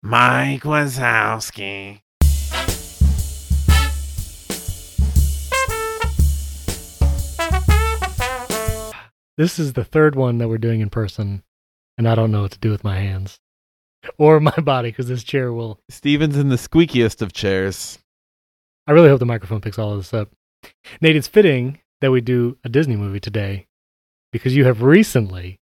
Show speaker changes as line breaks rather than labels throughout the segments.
Mike Wazowski.
This is the third one that we're doing in person, and I don't know what to do with my hands or my body because this chair will.
Steven's in the squeakiest of chairs.
I really hope the microphone picks all of this up. Nate, it's fitting that we do a Disney movie today because you have recently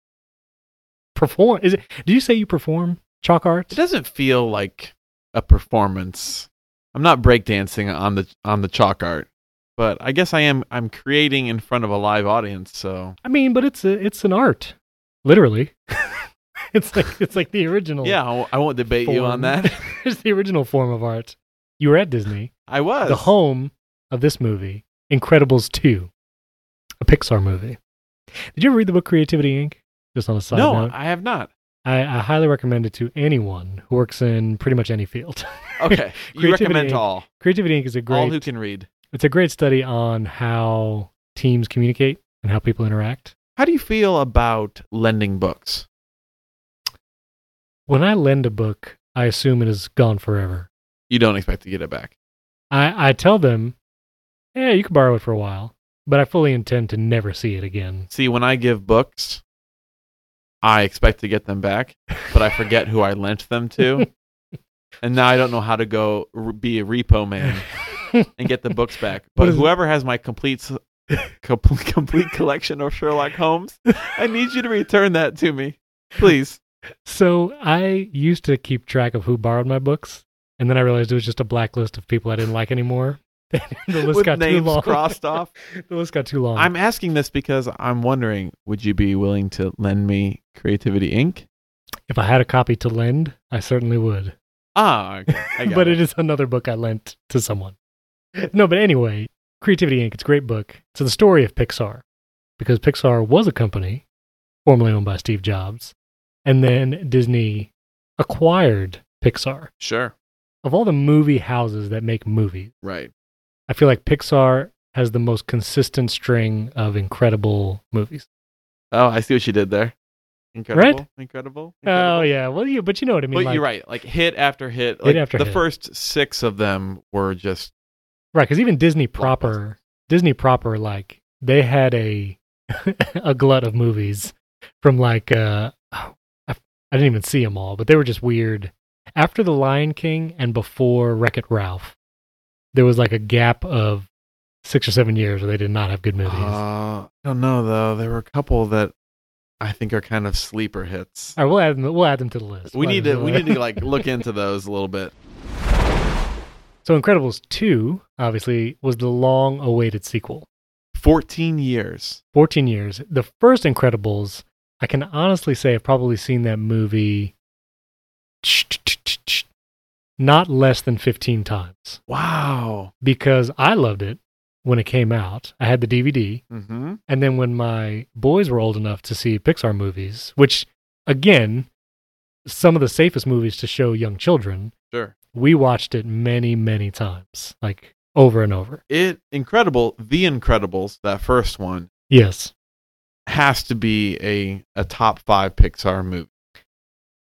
performed. Is it? Did you say you perform chalk
It
arts?
doesn't feel like a performance. I'm not breakdancing on the on the chalk art, but I guess I am I'm creating in front of a live audience, so
I mean, but it's a, it's an art, literally. it's like it's like the original.
yeah, I won't- I won't debate you on
Oh. form.
that.
it's the original form of art. You were at Disney,
I was.
the home of this movie, Incredibles 2, a Pixar movie. Did you ever read the book Creativity Inc? Just on a side
No,
note,
I have not.
I, I highly recommend it to anyone who works in pretty much any field.
Okay. You
Creativity
recommend to
Inc.
all.
Creativity Inc is a
All
great
who can read.
it's a great study on how teams communicate and how people interact.
How do you feel about lending books?
When I lend a book, I assume it is gone forever.
You don't expect to get it back.
I, I tell them, yeah, you can borrow it for a while, but I fully intend to never see it again.
See, when I give books, I expect to get them back, but I forget who I lent them to. And now I don't know how to go r be a repo man and get the books back.
What
But
is-
whoever has my complete s- com- complete collection of Sherlock Holmes, I need you to return that to me. Please.
so I used to keep track of who borrowed my books, and then I realized it was just a blacklist of people I didn't like anymore. the list
With
got too
names
long.
crossed off.
the list got too long.
I'm asking this because I'm wondering, would you be willing to lend me Creativity Inc?
if I had a copy to lend, I certainly would.
Ah, okay. I got
but
it.
it is another book I lent to someone. No, but anyway, Creativity Inc. It's a great book. It's the story of Pixar because Pixar was a company formerly owned by Steve Jobs, and then Disney acquired Pixar.
Sure.
Of all the movie houses that make movies,
Right.
I feel like Pixar has the most consistent string of incredible movies.
Oh, I see what you did there. Incredible. Incredible.
Oh
incredible.
yeah, well you but you know what I mean.
but
like-
you're right. Like hit after hit. Like
after
the
hit.
first six of them were just
Right, because even Disney proper, Disney proper, like they had a a glut of movies from like uh, oh, I, I didn't even see them all, but they were just weird. After The Lion King and before Wreck It Ralph, there was like a gap of six or seven years where they did not have good
uh,
movies.
I don't know though. There were a couple that I think are kind of sleeper hits.
all right, we'll add them. We'll add them to the list.
We
We'll add
need
them
to
the
we
list.
need to like look into those a little bit.
so Incredibles two obviously was the long-awaited sequel.
Fourteen years.
14 years. The first Incredibles, I can honestly say I've probably seen that movie not less than 15 times
Wow.
because I loved it when it came out. I had the DVD.
Mm-hmm.
And then when my boys were old enough to see Pixar movies, which again, some of the safest movies to show young children,
Sure.
we watched it many, many times, like over and over.
It incredible. The Incredibles, that first one,
Yes.
has to be a a top five Pixar movie.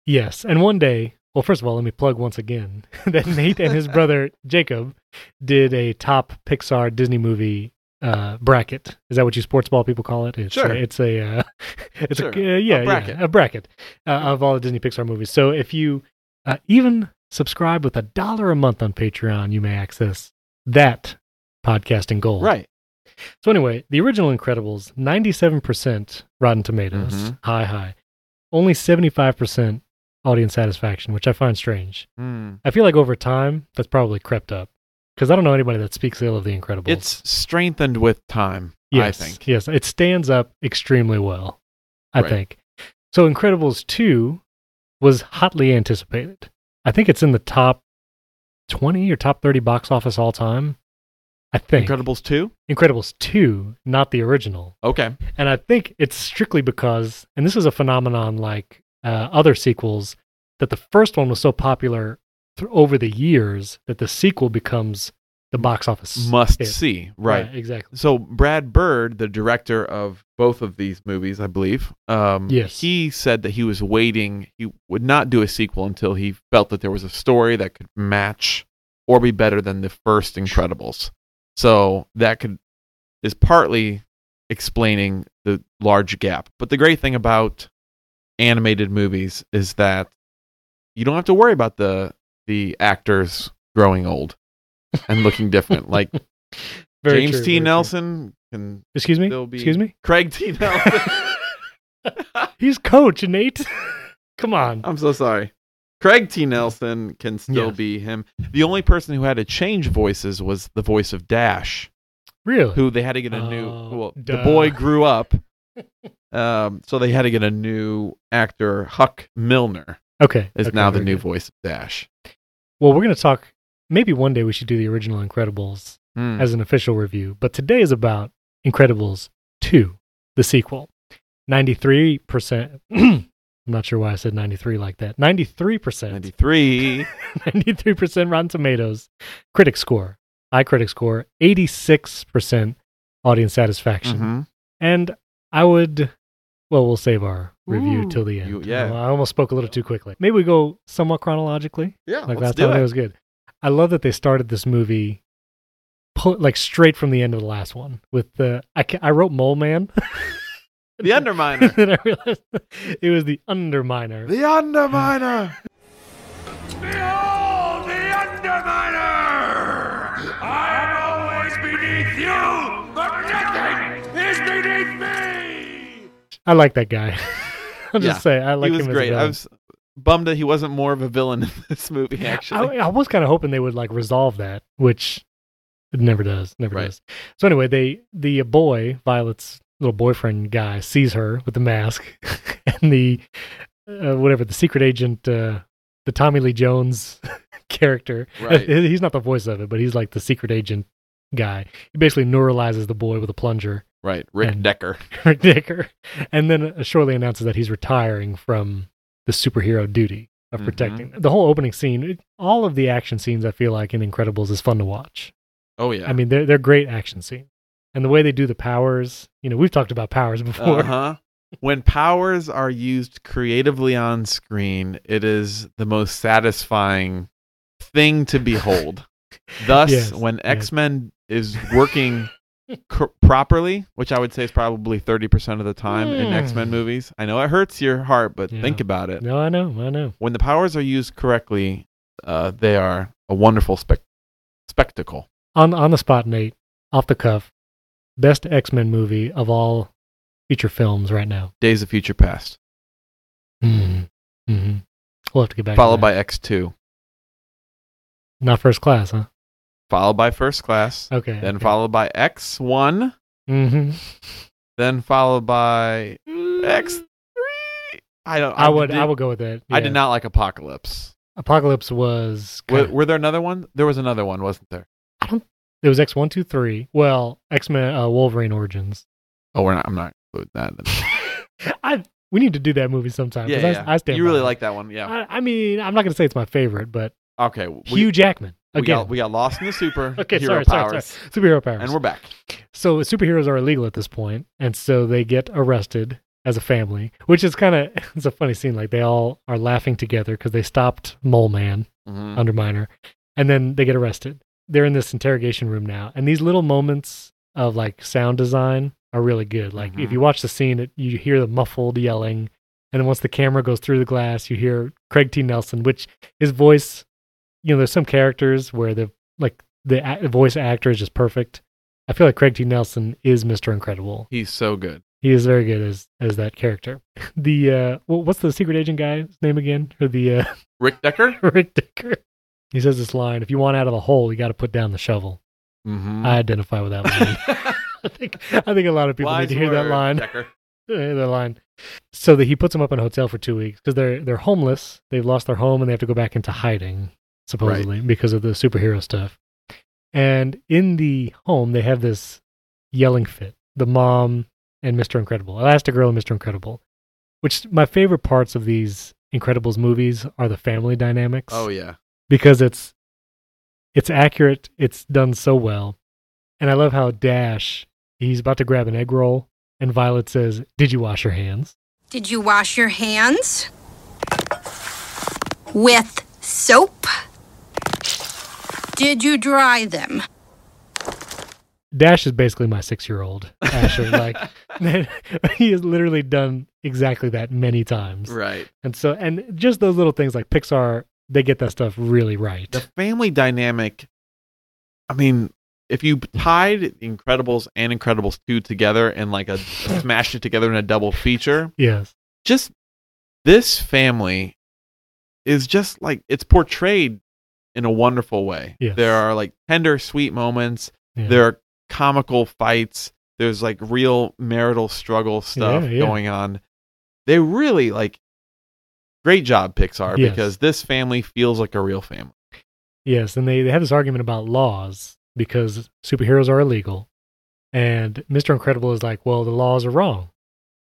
Yes. And one day, well, first of all, let me plug once again that Nate and his brother Jacob did a top Pixar Disney movie uh, bracket. Is that what you sports ball people call it? It's
Sure.
A, it's a, uh, it's
Sure.
a, uh, yeah, yeah,
bracket.
a bracket uh, of all the Disney Pixar movies. So if you uh, even subscribe with a dollar a month on Patreon, you may access that podcasting goal.
Right.
So anyway, the original Incredibles, 97% Rotten Tomatoes,
Mhm.
high, high. Only 75% audience satisfaction, which I find strange.
Hmm.
I feel like over time, that's probably crept up. Because I don't know anybody that speaks ill of the Incredibles.
It's strengthened with time.
yes,
I think.
Yes, it stands up extremely well, I
Right.
think. So Incredibles 2 was hotly anticipated. I think it's in the top 20 or top 30 box office all time. I think.
Incredibles two.
Incredibles 2, not the original.
Okay.
And I think it's strictly because, and this is a phenomenon like uh, other sequels, that the first one was so popular th- over the years that the sequel becomes the box office
must
hit.
see, right?
exactly.
So Brad Bird, the director of both of these movies, I believe, um,
Yes.
he said that he was waiting. He would not do a sequel until he felt that there was a story that could match or be better than the first Incredibles. So that could is partly explaining the large gap. But the great thing about animated movies is that you don't have to worry about the the actors growing old and looking different. Like
Very
James
true, very
T.
true.
Nelson can
Excuse me.
There'll be-
Excuse me.
Craig T. Nelson.
He's coach, Nate. Come on.
I'm so sorry. Craig T. Nelson can still
Yes.
be him. The only person who had to change voices was the voice of Dash,
Really?
who they had to get a new.
Oh,
Well, the
duh.
boy grew up, um, so they had to get a new actor. Huck Milner
Okay.
is
okay,
now the
very
new
good.
voice of Dash.
Well, we're gonna talk. Maybe one day we should do the original Incredibles
Hmm.
as an official review. But today is about Incredibles two, the sequel. Ninety three percent. I'm not sure why I said ninety three like that. Ninety three percent.
93.
93% Rotten Tomatoes critic score, iCritic score, 86% audience satisfaction.
Mhm.
And I would, well, we'll save our review
Ooh,
till the end.
you- yeah.
I almost spoke a little too quickly. Maybe we go somewhat chronologically.
Yeah, Oh,
Like
let's
last time,
do
it
it.
was good. I love that they started this movie pull, like straight from the end of the last one with the, I, ca- I wrote Mole Man.
The
and
Underminer.
then I realized it was the Underminer.
the Underminer.
Behold the Underminer! I am always beneath you, but nothing is beneath me!
I like that guy. I'll just
Yeah.
say I like
he was
him
great.
as a
I
villain.
was bummed that he wasn't more of a villain in this movie. Actually,
I, I was kind of hoping they would like resolve that, which it never does, never
Right.
does. So anyway, they the boy Violet's little boyfriend guy sees her with the mask and the uh, whatever the secret agent, uh, the Tommy Lee Jones character.
Right.
He- he's not the voice of it, but he's like the secret agent guy. He basically neuralizes the boy with a plunger,
right? Rick
And-
Decker.
Rick Dicker, and then uh, shortly announces that he's retiring from the superhero duty of
Mhm.
protecting them. the whole opening scene it- all of the action scenes i feel like in incredibles is fun to watch
Oh yeah.
i mean they're, they're great action scenes and the way they do the powers you know we've talked about powers before
Uh huh. When powers are used creatively on screen, it is the most satisfying thing to behold. Thus,
Yes,
when
yes.
X Men is working cor- properly, which I would say is probably 30% of the time in
Hmm.
X Men movies, I know it hurts your heart, but
Yeah.
think about it.
no i know i know
When the powers are used correctly, uh, they are a wonderful spec- spectacle.
on, on the spot nate off the cuff best x-men movie of all feature films right now
Days of Future Past,
mm. hmm we'll have to get back to
followed
that.
by X2,
not first class huh
followed by First Class,
Oh, okay
then followed by X1.
hmm
then followed by X three. I don't.
I would
Did,
I would go with that.
I did
yeah.
not like Apocalypse.
Apocalypse was
Were,
kinda-
were there another one? There was another one, wasn't there?
it was X one two three. Well, X Men uh, Wolverine Origins.
Oh, we're not. I'm not including that.
I we need to do that movie sometime. 'cause
yeah,
I,
yeah.
Uh, I stand.
you
by
really
it.
like that one, yeah?
I, I mean, I'm not gonna say it's my favorite, but
okay. We,
Hugh Jackman
we
again.
got we got lost in the super
Okay,
hero
sorry, sorry,
powers,
superhero powers.
and we're back.
so superheroes are illegal at this point, and so they get arrested as a family, which is kind of it's a funny scene. Like they all are laughing together because they stopped Mole Man,
Mhm.
Underminer, and then they get arrested. They're in this interrogation room now, and these little moments of like sound design are really good. Like if
Mhm.
you watch the scene, it, you hear the muffled yelling, and then once the camera goes through the glass, you hear Craig T. Nelson, which his voice, you know, there's some characters where the like the a- voice actor is just perfect. I feel like Craig T. Nelson is Mr. Incredible.
He's so good.
He is very good as as that character. The uh, wh- what's the secret agent guy's name again? Or the uh,
Rick Decker.
Rick Dicker. He says this line: "If you want out of the hole, you got to put down the shovel."
Mm-hmm.
I identify with that line. I think I think a lot of Uh, people need to hear that line.
Decker.
Eh, that line. So that he puts them up in a hotel for two weeks because they're they're homeless. They've lost their home and they have to go back into hiding supposedly because of the superhero stuff. And in the home, they have this yelling fit. The mom and Mr. Incredible, Elastigirl and Mr. Incredible. Which my favorite parts of these Incredibles movies are the family dynamics
Oh yeah.
because it's It's accurate. It's done so well. And I love how Dash, he's about to grab an egg roll, and Violet says, Did you wash your hands?
Did you wash your hands? With soap? Did you dry them?
Dash is basically my six year old, Asher. like, he has literally done exactly that many times.
Right.
And so, and just those little things like Pixar, they get that stuff really right.
The family dynamic. I mean, if you tied Incredibles and Incredibles two together and like a, smashed it together in a double feature,
Yes.
just this family is just like it's portrayed in a wonderful way.
Yes.
There are like tender, sweet moments.
Yeah.
There are comical fights. There's like real marital struggle stuff
Yeah, yeah.
going on. They really like great job, Pixar,
Yes.
because this family feels like a real family.
Yes, and they, they have this argument about laws because superheroes are illegal. And Mr. Incredible is like, well, the laws are wrong.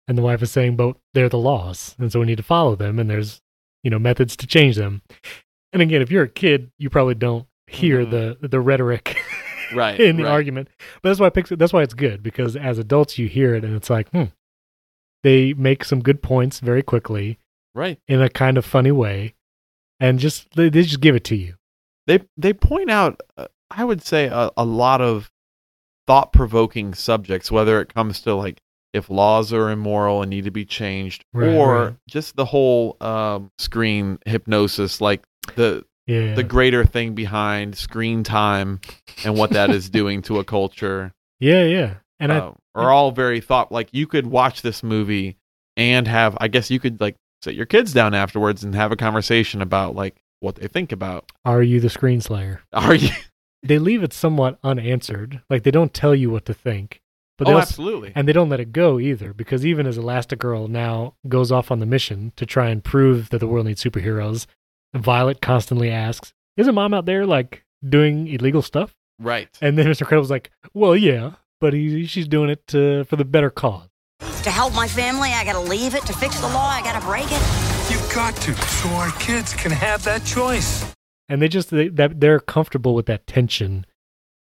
And the wife is saying, but they're the laws. And so we need to follow them. And there's, you know, methods to change them. And again, if you're a kid, you probably don't hear the, the rhetoric
Right.
in the
right.
argument. But that's why Pixar, that's why it's good because as adults, you hear it and it's like, hmm, they make some good points very quickly
Right.
in a kind of funny way. And just, they, they just give it to you.
They they point out uh, I would say a, a lot of thought-provoking subjects whether it comes to like if laws are immoral and need to be changed
Right,
or
right.
just the whole um, screen hypnosis like the
Yeah.
the greater thing behind screen time and what that is doing to a culture
Yeah, yeah. And I
uh, are all very thought like you could watch this movie and have I guess you could like sit your kids down afterwards and have a conversation about like what they think about
are you the screen slayer?
are you
They leave it somewhat unanswered. Like they don't tell you what to think. But they
oh
also-
absolutely
and they don't let it go either, because even as Elastigirl now goes off on the mission to try and prove that the world needs superheroes, Violet constantly asks, Isn't mom out there like doing illegal stuff?
right
And then Mr. Incredible's like, Well, yeah, but he, she's doing it uh, for the better cause.
To help my family, I gotta leave it. To fix the law, I gotta break it.
You've got to, so our kids can have that choice.
And they just they, that they're comfortable with that tension,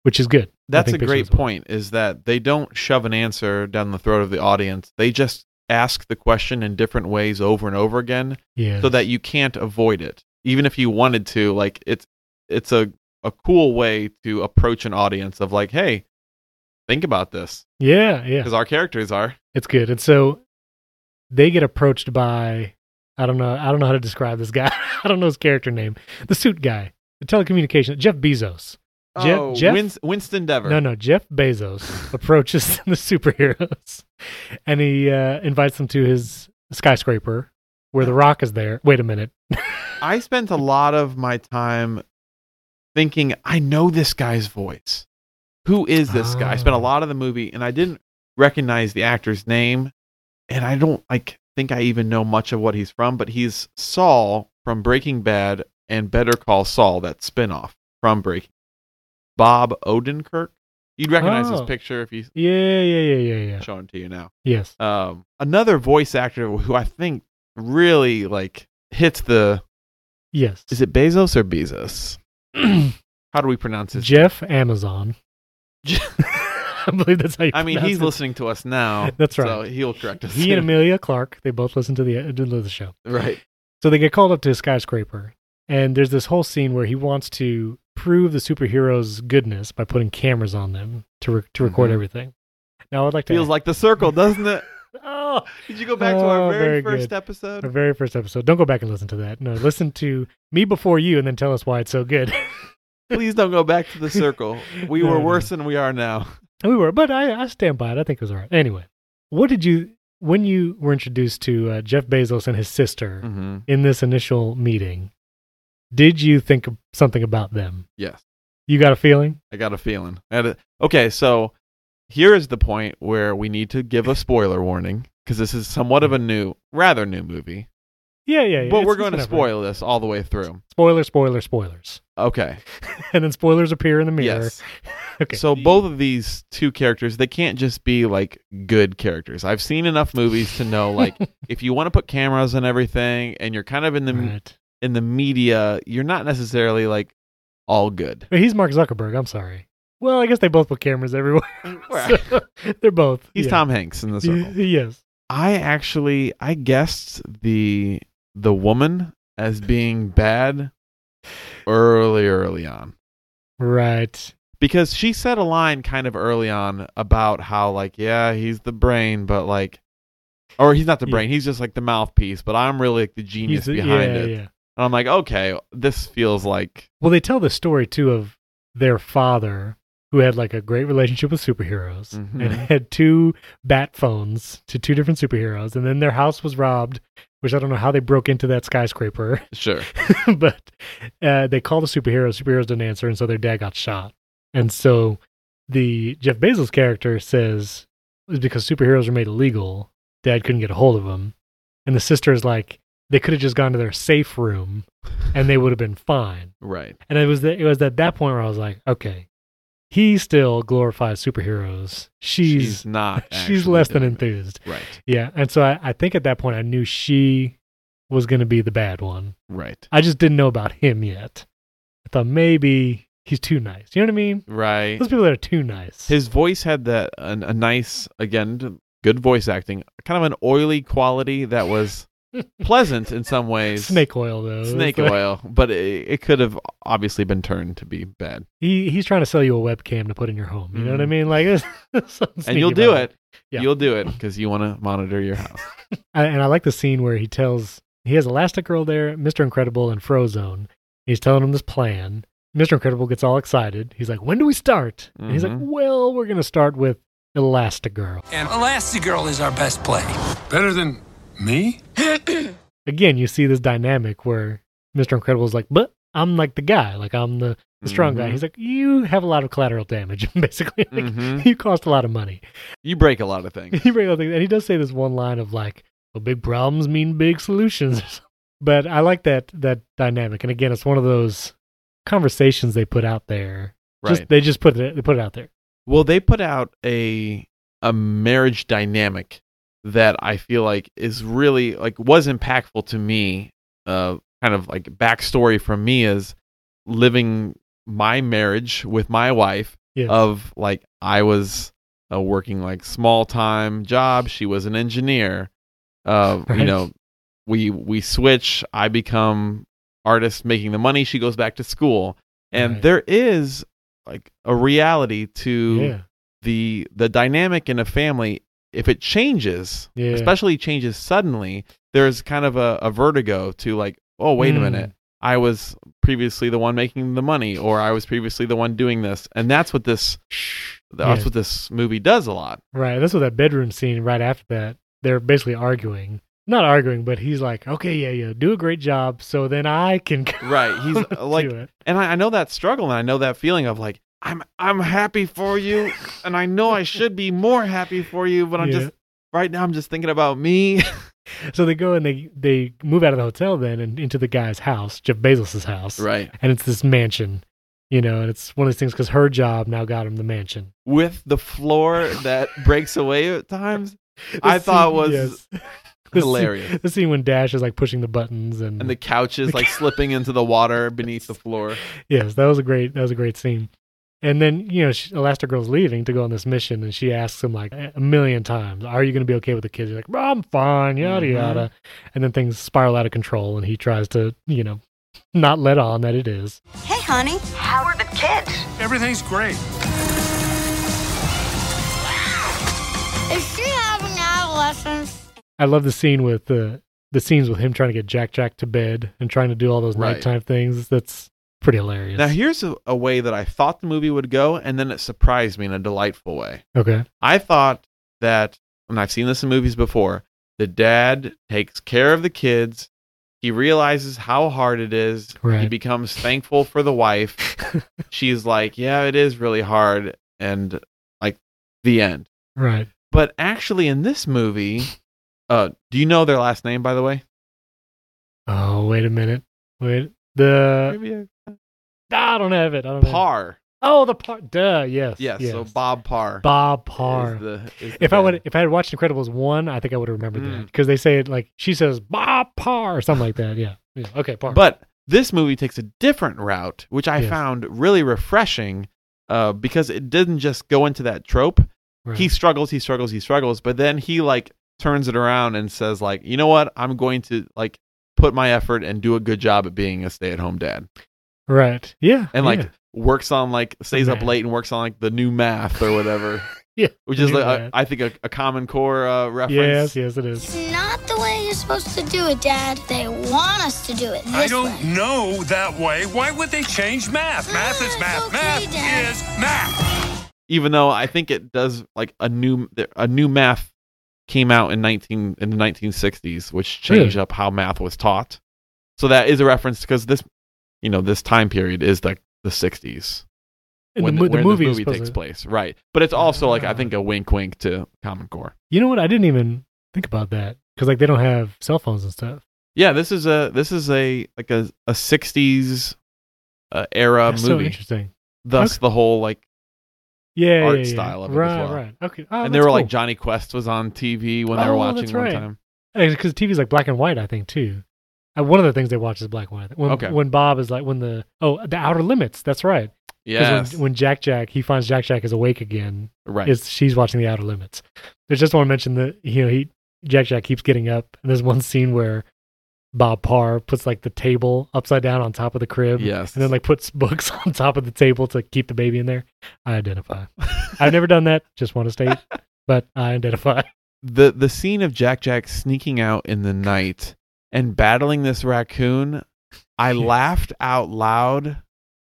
which is good. I
That's a
think Pixar
great
does well.
point is that they don't shove an answer down the throat of the audience. They just ask the question in different ways over and over again
Yeah.
so that you can't avoid it. Even if you wanted to, like it's it's a a cool way to approach an audience of like, "Hey, think about this."
yeah, yeah.
Cuz our characters are
It's good. And so they get approached by I don't know I don't know how to describe this guy. I don't know his character name. The suit guy. The telecommunication Jeff Bezos. Jeff-
oh,
Jeff-
Wins- Winston Dever.
No, no, Jeff Bezos approaches the superheroes and he uh, invites them to his skyscraper where the rock is there. Wait a minute.
I spent a lot of my time thinking, I know this guy's voice. Who is this guy? I spent a
Ah.
lot of the movie and I didn't recognize the actor's name. And I don't like think I even know much of what he's from, but he's Saul from Breaking Bad and Better Call Saul, that spinoff from Breaking Bob Odenkirk. You'd recognize his
Oh.
picture if he's
Yeah, yeah, yeah, yeah, yeah.
showing it to you now
Yes.
um, another voice actor who I think really like hits the
Yes.
is it Bezos or Bezos? how do we pronounce his?
Jeff Amazon. I believe that's how you
I mean,
pronounce
he's
it.
listening to us now.
That's
So
right.
he'll correct us.
He and Amelia Clark, they both listen to the, uh, to the show.
right.
So they get called up to a skyscraper, and there's this whole scene where he wants to prove the superhero's goodness by putting cameras on them to re- to record
Mhm.
everything. Now I'd like to
Feels like the circle, doesn't it?
oh,
Did you go back to our
Oh,
very,
very
first
good. our
episode?
very first episode. Don't go back and listen to that. No, listen to me before you, and then tell us why it's so good.
Please don't go back to the circle. We
No,
were
no.
worse than we are now.
and we were, but I, I stand by it. I think it was all right. Anyway, what did you when you were introduced to uh, Jeff Bezos and his sister
Mm-hmm.
in this initial meeting? Did you think of something about them?
Yes.
You got a feeling?
I got a feeling. I had a- okay, so here is the point where we need to give a spoiler warning because this is somewhat of a new, rather new movie.
Yeah, yeah, yeah.
but
It's-
we're
it's
going to
whatever.
spoil this all the way through.
spoiler, spoiler, spoilers.
Okay.
And then spoilers appear in the mirror.
Yes.
Okay.
So both of these two characters, they can't just be like good characters. I've seen enough movies to know like if you want to put cameras and everything and you're kind of in the
Right.
in the media, you're not necessarily like all good.
But he's Mark Zuckerberg. I'm sorry. Well, I guess they both put cameras everywhere. so they're both.
He's
yeah.
Tom Hanks in the
Y-
circle.
Yes.
I actually I guessed the the woman as being bad early early on
Right.
because she said a line kind of early on about how like yeah he's the brain but like or he's not the
Yeah.
brain he's just like the mouthpiece but I'm really like the
He's
genius
the-
behind
yeah,
it
yeah.
and I'm like okay this feels like
Well, they tell the story too of their father, who had like a great relationship with superheroes
Mhm.
and had two bat phones to two different superheroes, and then their house was robbed, which I don't know how they broke into that skyscraper,
sure
but uh, they called the superheroes. Superheroes didn't answer, and so their dad got shot. And so the Jeff Bezos character says it was because superheroes were made illegal. Dad couldn't get a hold of them, and the sister is like they could have just gone to their safe room, and they would have been fine.
right
And it was that it was at that point where I was like, okay, he still glorifies superheroes. She's
not
she's
actually
less than
doing it.
enthused.
right
Yeah, and so I, I think at that point I knew she was going to be the bad one.
right
I just didn't know about him yet. I thought maybe he's too nice. You know what I mean?
right
Those people that are too nice.
His voice had that an, a nice, again, d- good voice acting, kind of an oily quality that was pleasant in some ways.
snake oil though. It's
snake
like-
oil, but it, it could have obviously been turned to be bad,
He he's trying to sell you a webcam to put in your home. You know what I
Mhm.
mean? Like, there's something
and
sneaky
you'll do
about
it.
Yeah.
You'll do it because you want to monitor your house.
I- and I like the scene where he tells he has Elastigirl there, Mister Incredible, and Frozone. He's telling him this plan. Mister Incredible gets all excited. He's like, "When do we start?" And he's like,
Mhm.
"Well, we're gonna start with Elastigirl."
And Elastigirl is our best play. Better than me?
Again, you see this dynamic where Mister Incredible's like, "But I'm like the guy, like I'm the, the strong guy."
Mhm.
He's like, "You have a lot of collateral damage, basically. Like,
Mhm.
You cost a lot of money."
You break a lot of things.
he brings up things- and he does say this one line of like, "Well, big problems mean big solutions." but I like that that dynamic, and again, it's one of those conversations they put out there. Just,
Right.
they just put it they put it out there.
Well, they put out a a marriage dynamic that I feel like is really like was impactful to me. Uh, kind of like backstory from me is living my marriage with my wife.
Yeah.
Of like I was uh, working like small time job. She was an engineer. Uh,
Right.
You know, we we switch. I become artist making the money. She goes back to school, and
Right.
there is like a reality to
yeah,
the the dynamic in a family if it changes
Yeah.
especially changes suddenly there's kind of a, a vertigo to like oh wait a
Hmm.
minute i was previously the one making the money or i was previously the one doing this and that's what this that's
Yeah.
what this movie does a lot
right. That's what that bedroom scene right after that. They're basically arguing, not arguing, but he's like, "Okay, yeah, yeah, do a great job, so then I can."
right he's
come
uh, like
do it."
and I, I know that struggle and i know that feeling of like i'm i'm happy for you and i know i should be more happy for you but i'm
Yeah.
just right now i'm just thinking about me
so they go and they they move out of the hotel then and into the guy's house, Jeff Bezos's house,
right
and it's this mansion, you know, and it's one of these things because her job now got him the mansion.
with the floor that breaks away at times I thought was
The scene-
hilarious.
the scene when Dash is like pushing the buttons and,
and the couches like slipping into the water beneath the floor.
yes, that was a great that was a great scene. And then you know, she, Elastigirl's leaving to go on this mission, and she asks him like a million times, "Are you going to be okay with the kids?" He's like, "Well, "I'm fine," yada
Mhm.
yada, and then things spiral out of control, and he tries to you know not let on that it is.
Hey, honey. How are the kids?
Everything's great.
Is she having adolescence?
I love the scene with the the scenes with him trying to get Jack Jack to bed and trying to do all those
Right.
nighttime things. That's pretty hilarious.
Now here's a, a way that I thought the movie would go, and then it surprised me in a delightful way.
okay,
I thought that, and I've seen this in movies before, the dad takes care of the kids. He realizes how hard it is. He
Right.
becomes thankful for the wife. She's like, "Yeah, it is really hard," and like the end.
right.
But actually, in this movie, uh, do you know their last name? By the way,
Oh, wait a minute. Wait. The
Maybe
Ah, I don't have it. I don't Have it.
Parr.
Oh, the par. Duh. Yes.
Yes, so Bob Parr.
Bob
is
Parr.
the- is the
if I
dad.
would, if I had watched Incredibles one, I think I would have remembered that
Mm.
because they say it like she says Bob Parr or something like that. Yeah. yeah. Okay. Parr.
But This movie takes a different route, which I
Yes.
found really refreshing uh, because it didn't just go into that trope.
Right.
He struggles, he struggles, he struggles, but then he like turns it around and says like, "You know what? I'm going to like put my effort and do a good job at being a stay-at-home dad."
right. Yeah.
And like
yeah.
works on like stays up
math.
late and works on like the new math or whatever.
Yeah,
Which
the
is
new
like, a,
math.
I think a, a common core uh, reference.
Yes, yes, it is.
It's not the way you're supposed to do it, Dad. They want us to do it this
I don't
way.
know that way. Why would they change math? Math is
Ah,
math.
it's
math
okay, Dad.
is math.
even though I think it does like a new a new math came out in nineteen in the nineteen sixties, which changed
Really?
up how math was taught. So that is a reference because this, you know, this time period is like the sixties
And the, mo- the movie, is supposed
takes
to-
place, right? But it's also like I
Ah.
think a wink, wink to Common Core.
You know what? I didn't even think about that because like they don't have cell phones and stuff.
Yeah, this is a this is a like a a sixties uh, era
That's so
movie.
interesting.
Thus, the whole like
Yeah,
Art
yeah, yeah.
style of it as
right,
well.
Right, Okay. Oh,
and they were like Johnny Quest was on TV when they were
Oh,
watching
that's
one
right.
time.
because TV's like black and white, I think too. Uh, one of the things they watch is black and white. When,
Okay.
When Bob is like, when the oh, the Outer Limits. That's right. 'Cause
Yes,
When, when Jack Jack he finds Jack Jack is awake again.
right.
Is she's watching the Outer Limits? I just want to mention that you know he Jack Jack keeps getting up, and there's one scene where Bob Parr puts like the table upside down on top of the crib.
yes,
and then like puts books on top of the table to keep the baby in there. I identify. I've never done that. Just want to state, but I identify.
the the scene of Jack Jack sneaking out in the night and battling this raccoon, I laughed out loud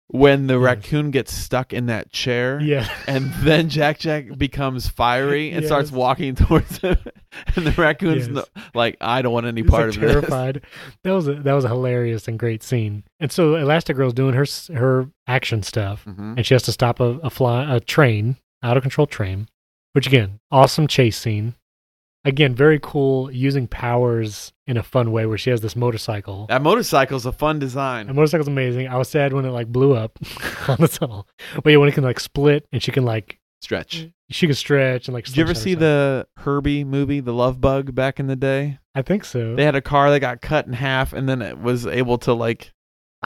when the
Yes.
raccoon gets stuck in that chair.
Yeah,
And then Jack Jack becomes fiery and starts
Yes.
walking towards him, and the raccoon's
Yes.
no- like, "I don't want any
He's, like,
part of this."
terrified. That was a, that was a hilarious and great scene. And so Elastigirl's doing her s- her action stuff,
Mhm.
and she has to stop a a, fly, a train, out of control train, which again, awesome chase scene. Again, very cool using powers in a fun way where she has this motorcycle.
That motorcycle's a fun design.
And motorcycle's amazing. I was sad when it like blew up on the tunnel. But yeah, when it can like split and she can like
Stretch.
she can stretch and like.
Did you ever
slingshot
see
herself.
the Herbie movie, The Love Bug, back in the day?
I think so.
They had a car that got cut in half, and then it was able to like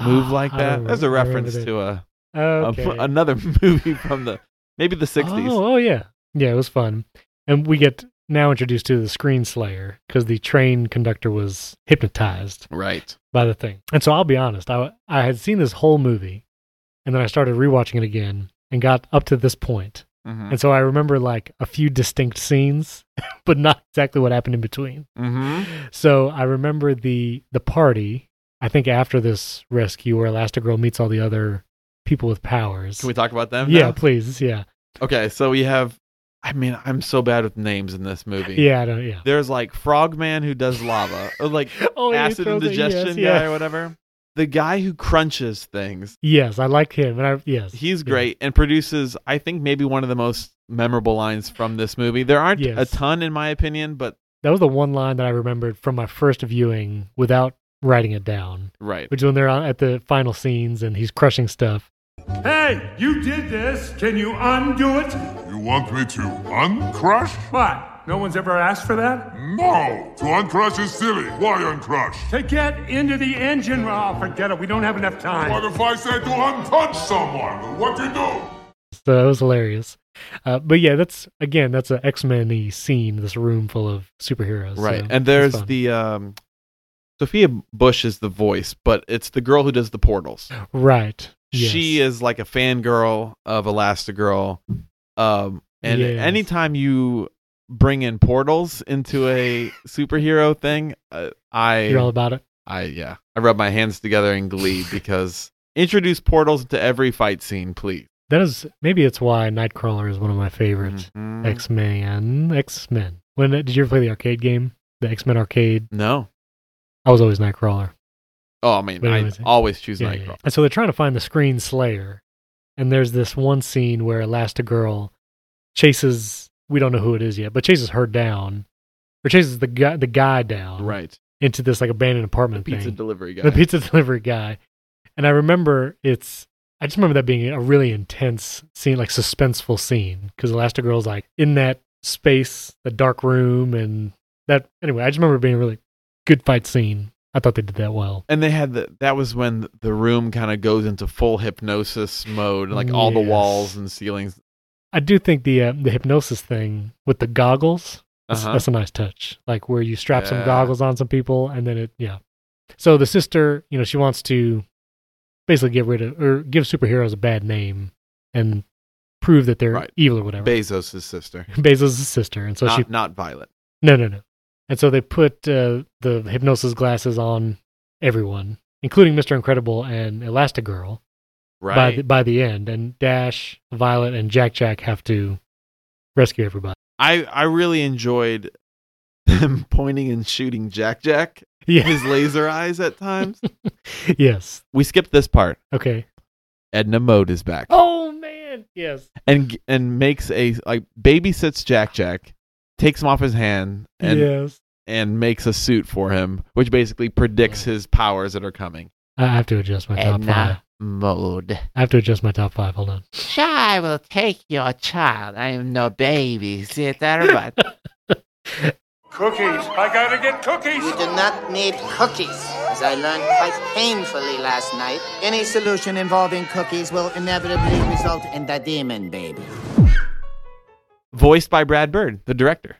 move
Ah,
like
I
that.
remember-
There's a
I remember
reference
that.
to a a
okay.
fr- another movie from the maybe the 60s.
Oh, oh yeah, yeah. It was fun, and we get now introduced to the Screen Slayer because the train conductor was hypnotized
Right.
by the thing. And so I'll be honest, I I had seen this whole movie, and then I started rewatching it again and got up to this point.
Mm-hmm.
And so I remember like a few distinct scenes, but not exactly what happened in between.
Mm-hmm.
So I remember the the party. I think after this rescue, where Elastigirl meets all the other people with powers.
Can we talk about them?
yeah,
now?
please. Yeah,
Okay, so we have I mean, I'm so bad with names in this movie.
yeah. I don't, yeah.
There's like Frogman who does lava, or like
Oh, yeah, he
acid
throws it, yes,
indigestion
yeah.
guy or whatever. The guy who crunches things,
Yes, I like him, and I yes,
he's
Yeah.
great and produces I think maybe one of the most memorable lines from this movie. There aren't
Yes.
a ton in my opinion, but
That was the one line that I remembered from my first viewing without writing it down.
right.
Which is when they're on- at the final scenes and he's crushing stuff.
Hey, you did this. Can you undo it?
You want me to uncrush?
What? No one's ever asked for that?
No! To uncrush is silly. Why uncrush?
To get into the engine. Oh, forget it. We don't have enough time.
What if I say to untouch someone? What do you do?
So that was hilarious. Uh, but yeah, that's again, that's an X Men scene. This room full of superheroes, so
Right.
it's
and there's
fun.
the um Sophia Bush is the voice, but it's the girl who does the portals.
right. Yes.
She is like a fangirl of Elastigirl. Um and
Yes.
anytime you bring in portals into a superhero thing, uh,
You're all
I
about it.
I yeah, I rub my hands together in glee because introduce portals into every fight scene, please.
That is maybe it's why Nightcrawler is one of my favorite
Mhm.
X Men. X Men. When did you ever play the arcade game? The X Men arcade.
No.
I was always Nightcrawler.
Oh, I mean,
Wait,
I
wait, wait.
always choose
Yeah, yeah,
Nightcrawler.
yeah. And so they're trying to find the Screen Slayer, and there's this one scene where Elastigirl chases. We don't know who it is yet, but chases her down, or chases the guy the guy down
Right.
into this like abandoned apartment
Pizza
thing.
delivery guy.
the pizza delivery guy. And I remember it's I just remember that being a really intense scene, like suspenseful scene, because Elastigirl's like in that space, the dark room, and that anyway. I just remember it being a really good fight scene I thought they did that well.
And they had the, that was when the room kind of goes into full hypnosis mode, and like all the
Yes.
walls and ceilings.
I do think the uh, the hypnosis thing with the goggles that's,
Uh-huh.
that's a nice touch. Like where you strap some
Yeah.
goggles on some people and then it yeah. So the sister, you know, she wants to basically get rid of or give superheroes a bad name and prove that they're
Right.
evil or whatever.
Bezos' sister,
Bezos' sister, and so
not,
she
not Violet.
no no no, and so they put uh, the hypnosis glasses on everyone, including Mister Incredible and Elastigirl
Right.
by the, by the end, and Dash, Violet, and Jack Jack have to rescue everybody.
I I really enjoyed them pointing and shooting Jack Jack
Yeah.
his laser eyes at times.
yes.
We skipped this part.
Okay.
Edna Mode is back
Oh man. Yes.
and and makes a like babysits Jack Jack, takes him off his hand and
yes.
and makes a suit for him, which basically predicts his powers that are coming.
I have to adjust my top five.
Mode.
I have to adjust my top five. Hold on.
I will take your child. I am no baby. Sit there, but
Cookies. I gotta get cookies.
You do not need cookies. As I learned quite painfully last night, any solution involving cookies will inevitably result in the demon baby.
Voiced by Brad Bird, the director.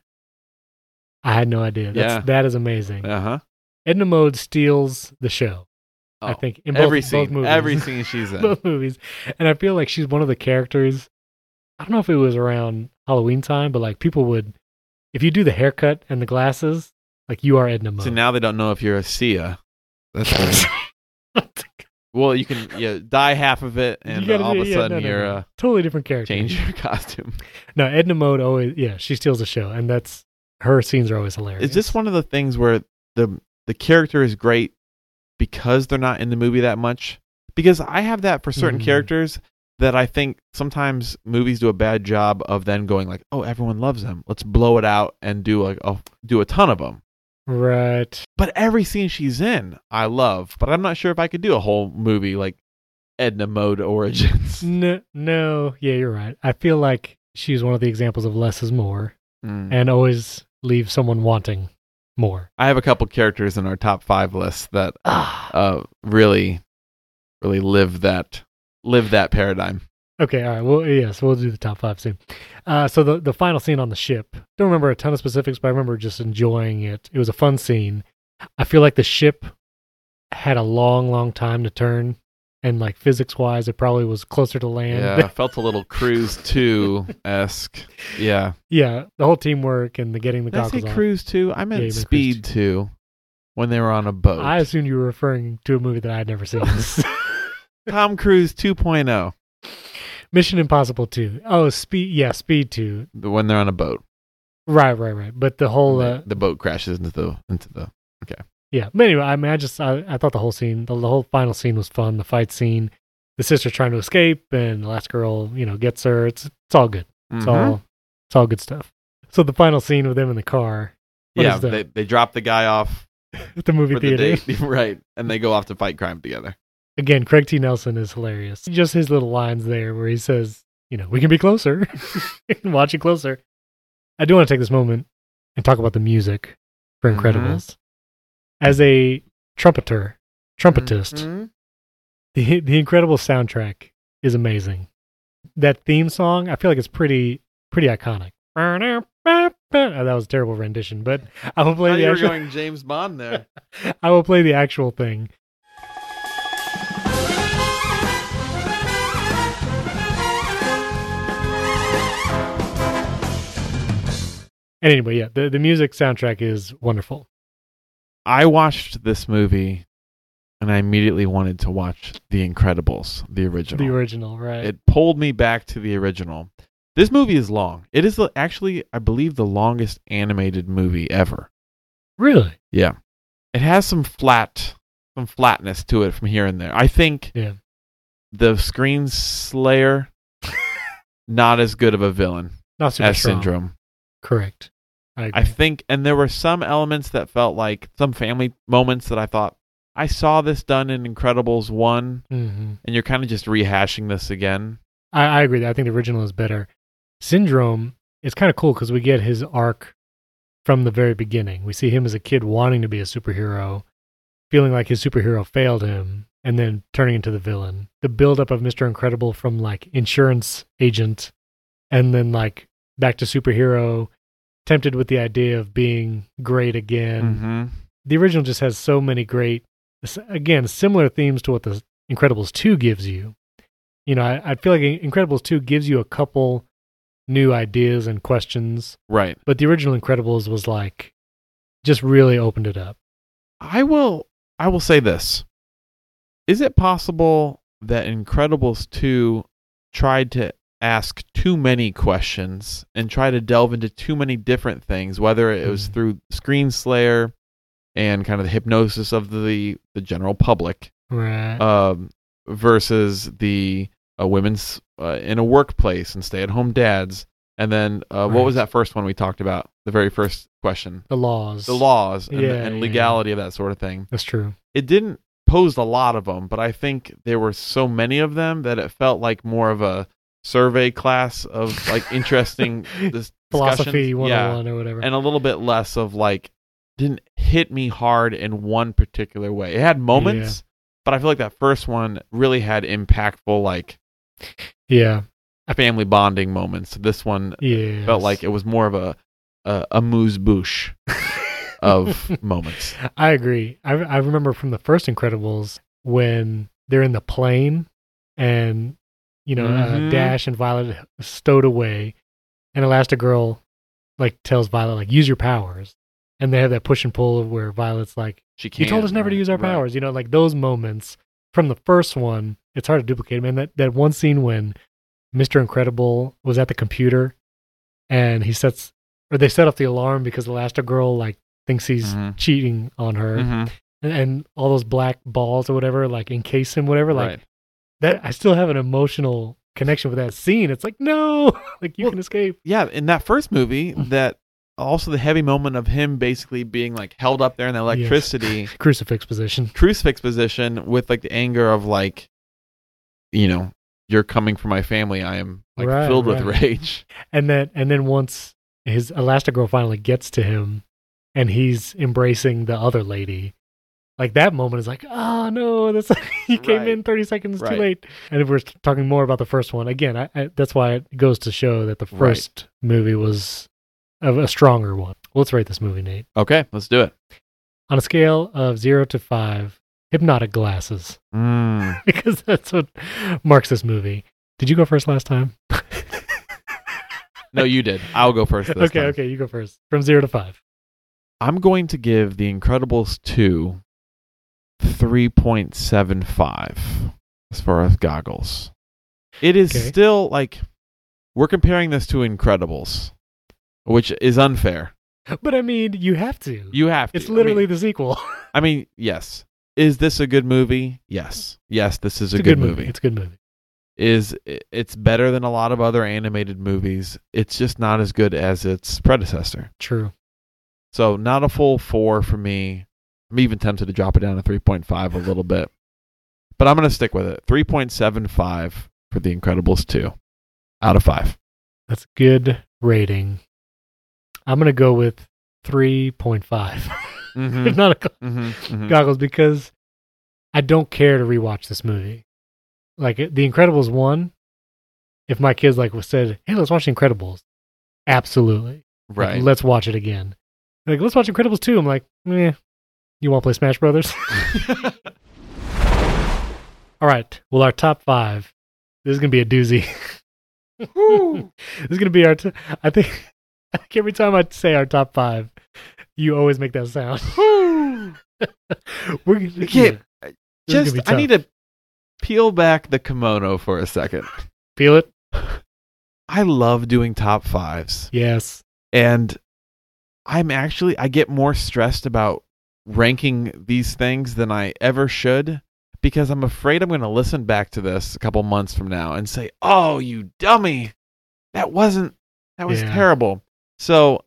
I had no idea. That's,
Yeah.
That is amazing.
Uh huh.
Edna Mode steals the show. I think in both,
Oh, every
both
scene,
movies.
every scene she's in.
both movies. And I feel like she's one of the characters. I don't know if it was around Halloween time, but like people would, if you do the haircut and the glasses, like you are Edna Mode.
so now they don't know if you're a Sia. That's well, you can yeah, dye half of it, and
You gotta
all
do-
of a
yeah,
sudden
no, no,
you're
no.
uh,
totally different character.
change your costume.
No, Edna Mode always, yeah, she steals the show, and that's her scenes are always hilarious.
Is this one of the things where the the character is great because they're not in the movie that much? Because I have that for certain
Mm.
characters that I think sometimes movies do a bad job of then going like, "Oh, everyone loves them. Let's blow it out and do like a, do a ton of them."
right?
But every scene she's in, I love. But I'm not sure if I could do a whole movie like Edna Mode Origins.
No, no, yeah, you're right. I feel like she's one of the examples of less is more,
Mm.
and always leave someone wanting more.
I have a couple characters in our top five list that uh, really, really live that live that paradigm.
Okay, all right. Well, yes, we'll do the top five soon. Uh, so the the final scene on the ship. Don't remember a ton of specifics, but I remember just enjoying it. It was a fun scene. I feel like the ship had a long, long time to turn, and like physics wise, it probably was closer to land.
Yeah, felt a little Cruise Two esque. Yeah,
Yeah, the whole teamwork and the getting the
Did I say
goggles on.
Cruise Two? I meant
you meant Cruise
Speed Two, when they were on a boat.
I assumed you were referring to a movie that I had never seen.
Tom Cruise oh, 2.0
Mission Impossible Two. Oh, Speed. Yeah, Speed Two.
when they're on a boat.
Right, right, right. But the whole uh,
the boat crashes into the into the
Yeah. But anyway, I mean, I just I, I thought the whole scene, the, the whole final scene was fun. The fight scene, the sister trying to escape, and the last girl, you know, gets her. It's it's all good. It's
Mhm.
all it's all good stuff. So the final scene with them in the car What
yeah,
is that?
they they drop the guy off
at the movie
for the
theater.
date, right? And they go off to fight crime together.
Again, Craig T. Nelson is hilarious. Just his little lines there where he says, you know, we can be closer. Watch it closer. I do want to take this moment and talk about the music for
Mhm.
Incredibles. As a trumpeter, trumpetist,
Mm-hmm.
the the incredible soundtrack is amazing. That theme song, I feel like it's pretty pretty iconic. Oh, that was a terrible rendition, but I will play the
you were
actual,
going James Bond there.
I will play the actual thing. And anyway, yeah, the, the music soundtrack is wonderful.
I watched this movie, and I immediately wanted to watch The Incredibles, the original.
The original, right?
it pulled me back to the original. This movie is long. It is the- actually, I believe, the longest animated movie ever.
really?
Yeah. It has some flat some flatness to it from here and there. I think
Yeah.
the Screen Slayer not as good of a villain
Not super
as
strong.
Syndrome.
Correct. I agree.
I think and there were some elements that felt like some family moments that I thought I saw this done in Incredibles 1
Mhm.
and you're kind of just rehashing this again.
I, I agree. I think the original is better. Syndrome is kind of cool because we get his arc from the very beginning. We see him as a kid wanting to be a superhero, feeling like his superhero failed him and then turning into the villain. The buildup of Mr. Incredible from like insurance agent and then like back to superhero, tempted with the idea of being great again.
Mm-hmm.
The original just has so many great, s- again, similar themes to what the Incredibles 2 gives you. You know, I, I feel like Incredibles 2 gives you a couple new ideas and questions,
Right.
but the original Incredibles was like, just really opened it up.
I will I will say this. Is it possible that Incredibles 2 tried to ask too many questions and try to delve into too many different things whether it was
Mhm.
through Screenslayer and kind of the hypnosis of the the general public
Right.
um versus the uh, women's uh, in a workplace and stay-at-home dads and then uh, what was
Right.
that first one we talked about the very first question
the laws.
the laws and,
Yeah,
the, and
yeah.
legality of that sort of thing
That's true.
it didn't pose a lot of them, but I think there were so many of them that it felt like more of a survey class of like interesting dis-
Philosophy
discussions.
101 or whatever.
and a little bit less of like didn't hit me hard in one particular way. It had moments, but I feel like that first one really had impactful like
yeah.
family bonding moments. This one
Yeah.
felt like it was more of a a, a moose bouche of moments.
I agree. I, I remember from the first Incredibles when they're in the plane and, you know, uh,
Mhm.
Dash and Violet stowed away and Elastigirl, like, tells Violet, like, use your powers. And they have that push and pull where Violet's like,
She can
you told us never to
right?
use our
Right.
powers. You know, like those moments from the first one, it's hard to duplicate. Man, that, that one scene when Mr. Incredible was at the computer and he sets, or they set off the alarm because Elastigirl, like, thinks he's
Mhm.
cheating on her
Mhm.
and, and all those black balls or whatever, like encase him, whatever. Like
Right.
that, I still have an emotional connection with that scene. It's like, no, like you
Well,
can escape.
yeah, in that first movie,
Mm.
that also the heavy moment of him basically being like held up there in the
Yes.
electricity
Crucifix position.
crucifix position with like the anger of like, you know, you're coming for my family. I am like
Right,
filled with
right.
rage.
And then, and then once his Elastigirl finally gets to him and he's embracing the other lady, like that moment is like, oh no, that's you came
Right.
in 30 seconds too
Right.
late. And if we're talking more about the first one, again, I, I, that's why it goes to show that the
Right.
first movie was a, a stronger one. Let's rate this movie, Nate.
Okay, let's do it.
on a scale of zero to five, hypnotic glasses,
Mm.
because that's what marks this movie. Did you go first last time?
No, you did. I'll go first. This
okay,
time.
okay, you go first. From zero to five.
I'm going to give The Incredibles 2 3.75 as far as goggles. It is
Okay.
still like we're comparing this to Incredibles, which is unfair.
But I mean, you have to.
You have to.
it's literally
I mean,
the sequel.
I mean, yes. Is this a good movie? Yes. Yes, this is a, good, movie.
It's a good movie.
Is i- it's better than a lot of other animated movies. It's just not as good as its predecessor.
True.
So not a full four for me. I'm even tempted to drop it down to 3.5 a little bit, but I'm going to stick with it. 3.75 for The Incredibles 2 out of five.
That's a good rating. I'm gonna go with three point five.
Mm-hmm.
hypnotic glasses.
mm-hmm.
goggles because I don't care to rewatch this movie. Like it- The Incredibles one, if my kids like said, "Hey, let's watch The Incredibles," absolutely, Like,
Right.
let's watch it again. They're Like let's watch Incredibles two. I'm like, eh. You want to play Smash Brothers? All right. Well, our top five. This is gonna be a doozy. this is gonna be our. T- I think. I think every time I say our top five, you always make that sound. We're gonna,
can't-
This is
Just,
gonna be
I need
tough.
to peel back the kimono for a second.
feel it.
I love doing top fives.
Yes.
and i'm actually i get more stressed about ranking these things than i ever should because i'm afraid i'm going to listen back to this a couple months from now and say oh you dummy that wasn't that was
Yeah.
terrible so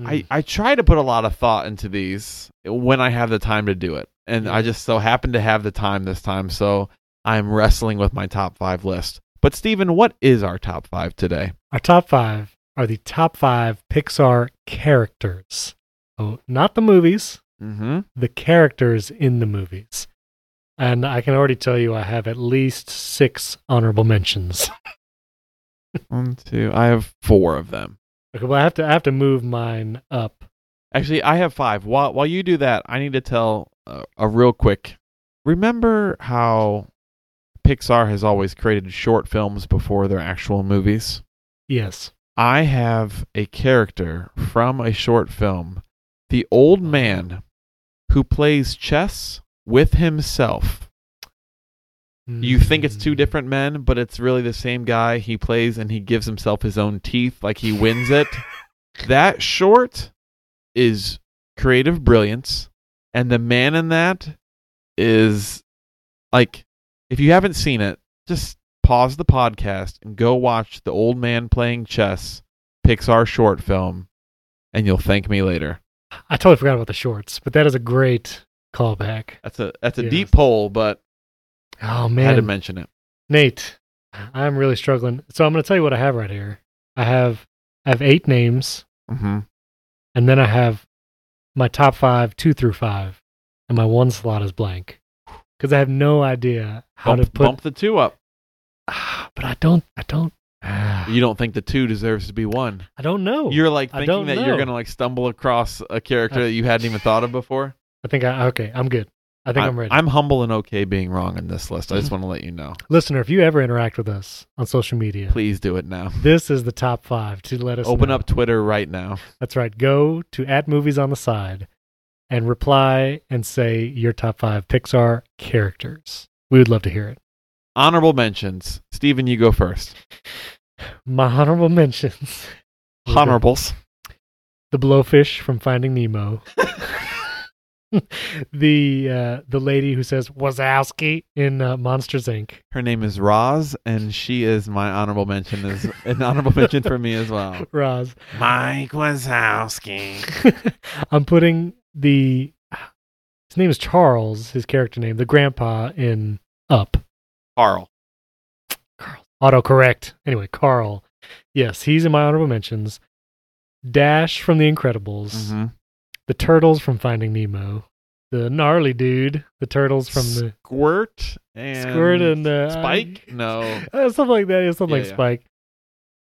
Mm.
I, I try to put a lot of thought into these when i have the time to do it and i just so happen to have the time this time so i'm wrestling with my top five list but steven what is our top five today
Our top five are the top five Pixar characters. Oh, not the movies,
Mm-hmm.
the characters in the movies. And I can already tell you I have at least six honorable mentions.
One, two. I have four of them.
Okay, well I have to I have to move mine up.
Actually, I have five. While while you do that, I need to tell a, a real quick. Remember how Pixar has always created short films before their actual movies?
Yes.
I have a character from a short film, the old man who plays chess with himself. You think it's two
Mm.
different men, but it's really the same guy. He plays and he gives himself his own teeth, like he wins it. that short is creative brilliance, and the man in that is like, if you haven't seen it, just pause the podcast and go watch the old man playing chess Pixar short film, and you'll thank me later.
I totally forgot about the shorts, but that is a great callback.
That's a that's a
Yes.
deep poll, but
Oh
I had to
man.
mention it.
Nate, I'm really struggling. So I'm going to tell you what I have right here. I have I have eight names,
Mm-hmm.
and then I have my top five, two through five, and my one slot is blank because I have no idea how
Bump,
to put.
bump the two up.
Ah, but I don't. I don't. ah,
You don't think the two deserves to be one.
I don't know.
You're like
I
thinking
don't
that you're
know.
gonna like stumble across a character
I-
that you hadn't even thought of before.
I think I okay. I'm good. I think I, am ready. Mm-hmm.
I'm humble and okay being wrong in this list. I just want to let you know.
Listener, if you ever interact with us on social media,
Please do it now.
this is the top five to let us
Open
know.
up Twitter right now.
That's right. Go to at movies on the side and reply and say your top five Pixar characters. We would love to hear it.
Honorable mentions. Steven, you go first.
My honorable mentions
Honorables.
the blowfish from Finding Nemo, the uh, the lady who says Wazowski in uh, Monsters Inc.
Her name is Roz, and she is my honorable mention. Is an honorable mention for me as well.
Roz.
Mike Wazowski.
I'm putting the his name is Charles, his character name, the grandpa in Up.
Carl.
autocorrect. Anyway, Carl. Yes, he's in my honorable mentions. Dash from The Incredibles,
Mhm.
the Turtles from Finding Nemo, the gnarly dude, the Turtles from the
Squirt and
Squirt and uh,
Spike. No.
uh, something like that. Yeah, something
Yeah,
like
yeah.
Spike.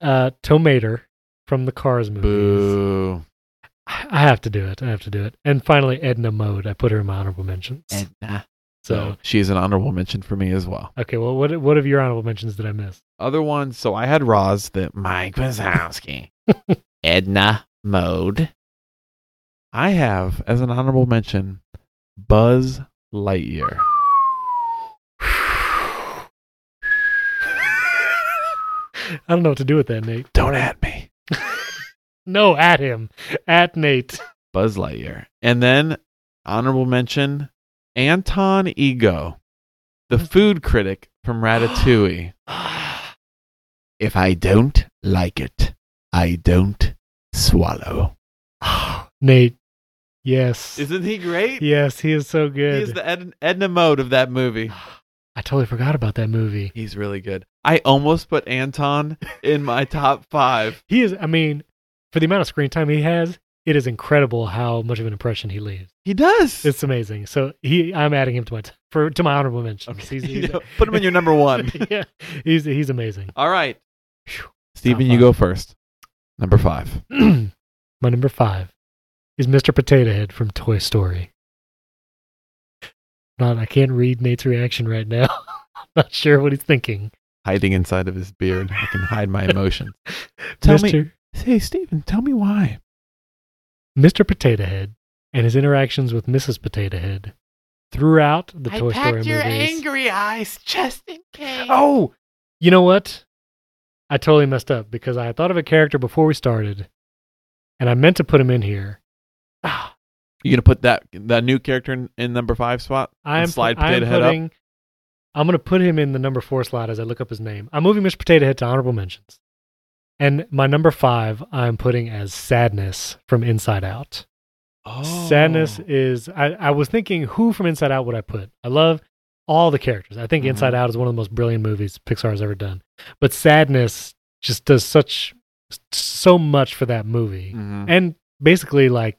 Uh, Tomater from the Cars movies.
Boo.
I I have to do it. I have to do it. And finally, Edna Mode. I put her in my honorable mentions.
uh,
Edna.
so,
she is an honorable mention for me as well.
okay. Well, what what of your honorable mentions did I miss?
Other ones. So I had Roz that
Mike Wazowski. Edna Mode.
I have as an honorable mention Buzz Lightyear.
I don't know what to do with that, Nate.
Don't at me.
No, at him, at Nate.
Buzz Lightyear. And then honorable mention Anton Ego, the food critic from Ratatouille.
If I don't like it, I don't swallow.
Nate. Yes.
Isn't he great?
yes, he is so
He
good.
is the Ed- Edna Mode of that movie.
I totally forgot about that movie.
He's really good. I almost put Anton in my top five.
He is I mean, for the amount of screen time he has, it is incredible how much of an impression he leaves.
He does.
It's amazing. So he I'm adding him to my t- for to my honorable mentions. He's,
You
he's
know, put him in your number one.
yeah. He's he's amazing.
All right.
Phew.
Steven,
Top
you
five.
go first. Number five.
my number 5 is Mr. Potato Head from Toy Story. Not I can't read Nate's reaction right now. I'm not sure what he's thinking.
Hiding inside of his beard. I can hide my emotions. Tell me-
Mr.
Hey, Steven, tell me why.
Mr. Potato Head and his interactions with Mrs. Potato Head throughout the Toy Story movies.
eyes just in case.
Oh, you know what? I totally messed up because I had thought of a character before we started, and I meant to put him in here. Ah,
You gonna put that that new character in, in number five spot?
I
And
am
slide
I am
potato head
putting- I'm going to put him in the number four slot as I look up his name. I'm moving Mr. Potato Head to honorable mentions, and my number five I'm putting as Sadness from Inside Out.
up.
Sadness
Oh.
is. I, I was thinking, who from Inside Out would I put? I love all the characters. I think
Mhm.
Inside Out is one of the most brilliant movies Pixar has ever done. But Sadness just does such so much for that movie,
Mhm.
and basically like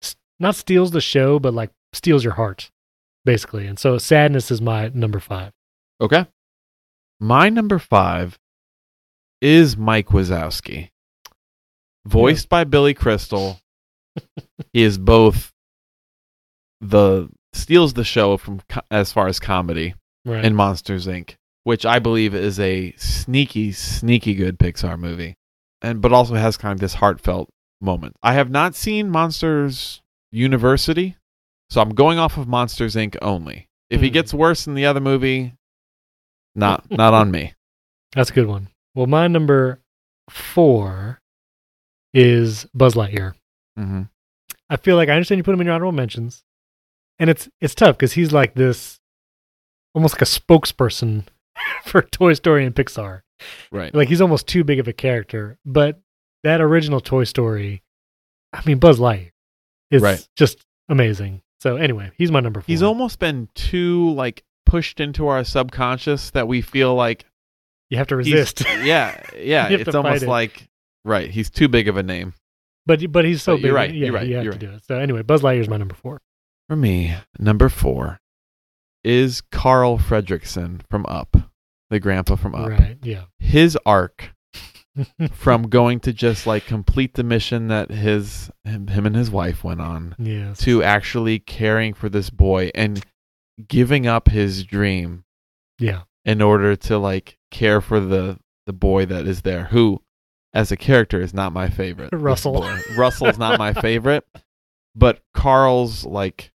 s- not steals the show, but like steals your heart, basically. And so sadness is my number five.
Okay. My number five is Mike Wazowski, voiced by Billy Crystal. he is both the steals the show from co- as far as comedy
Right.
in Monsters Inc., which I believe is a sneaky, sneaky good Pixar movie, and but also has kind of this heartfelt moment. I have not seen Monsters University, so I'm going off of Monsters Inc. only. If he
Hmm.
gets worse in the other movie, not not on me.
That's a good one. Well, my number four is Buzz Lightyear.
Mm-hmm.
I feel like I understand you put him in your honorable mentions, and it's it's tough because he's like this, almost like a spokesperson for Toy Story and Pixar.
Right.
Like he's almost too big of a character. But that original Toy Story, I mean Buzz Lightyear, is
Right.
just amazing. So anyway, he's my number four.
He's almost been too like pushed into our subconscious that we feel like
you have to
he's-
resist,
yeah, yeah.
You have to
it's
fight
almost
it.
like right. He's too big of a name.
but but he's so
But you're
big.
right,
Yeah,
you're right,
you have
you're
to do it. So anyway, Buzz Lightyear's my number four.
For me, number four is Carl Fredrickson from Up, the grandpa from Up.
Right? Yeah.
His arc from going to just like complete the mission that his him, him and his wife went on
Yes.
to actually caring for this boy and giving up his dream
Yeah.
in order to like care for the the boy that is there who as a character is not my favorite This
Russell.
boy. russell's not my favorite but carl's like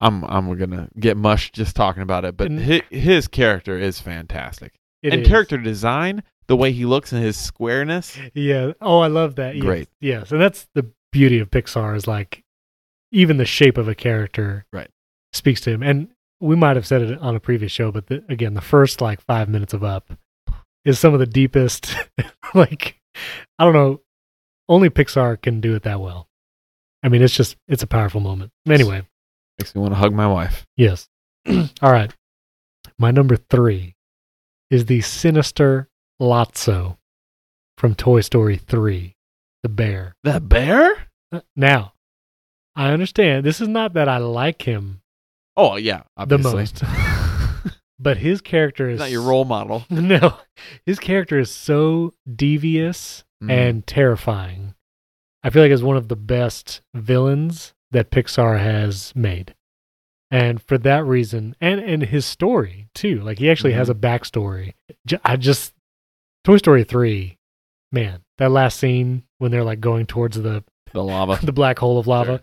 i'm i'm gonna get mushed just talking about it but
And-
his, his character is fantastic
It
and
is.
character design the way he looks and his squareness
Yeah. Oh, I love that. Yes.
Great.
Yes. And that's the beauty of Pixar is like even the shape of a character
Right.
speaks to him. And we might have said it on a previous show, but the, again, the first like five minutes of Up is some of the deepest, like, I don't know, only Pixar can do it that well. I mean, it's just, it's a powerful moment. Anyway,
makes me want to hug my wife
yes. All right. My number three is the sinister Lotso from Toy Story 3, the bear. Uh,
that bear
Now, I understand this is not that I like him
oh yeah obviously
the most, but his character
He's
is
not your role model
No, his character is so devious
Mm.
and terrifying. I feel like it's one of the best villains that Pixar has made, and for that reason, and and his story too. Like he actually has a backstory. J- I just Toy Story three, man, that last scene when they're like going towards the
the lava
the black hole of lava.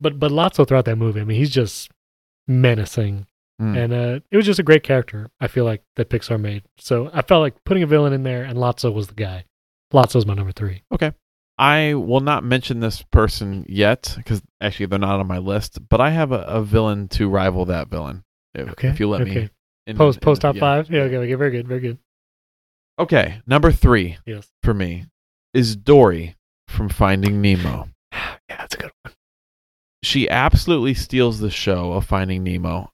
But but Lotso throughout that movie, I mean, he's just menacing,
Mm.
and uh, it was just a great character. I feel like that Pixar made. So I felt like putting a villain in there, and Lotso was the guy. Lotso's my number three.
I will not mention this person yet because actually they're not on my list. But I have a, a villain to rival that villain. If,
Okay,
if you let
okay.
me. in-
Post
in-
post top
yeah.
five. Yeah, okay, okay, very good, very good.
Okay, number three
Yes,
for me is Dory from Finding Nemo.
yeah, that's a good
She absolutely steals the show of Finding Nemo.
one.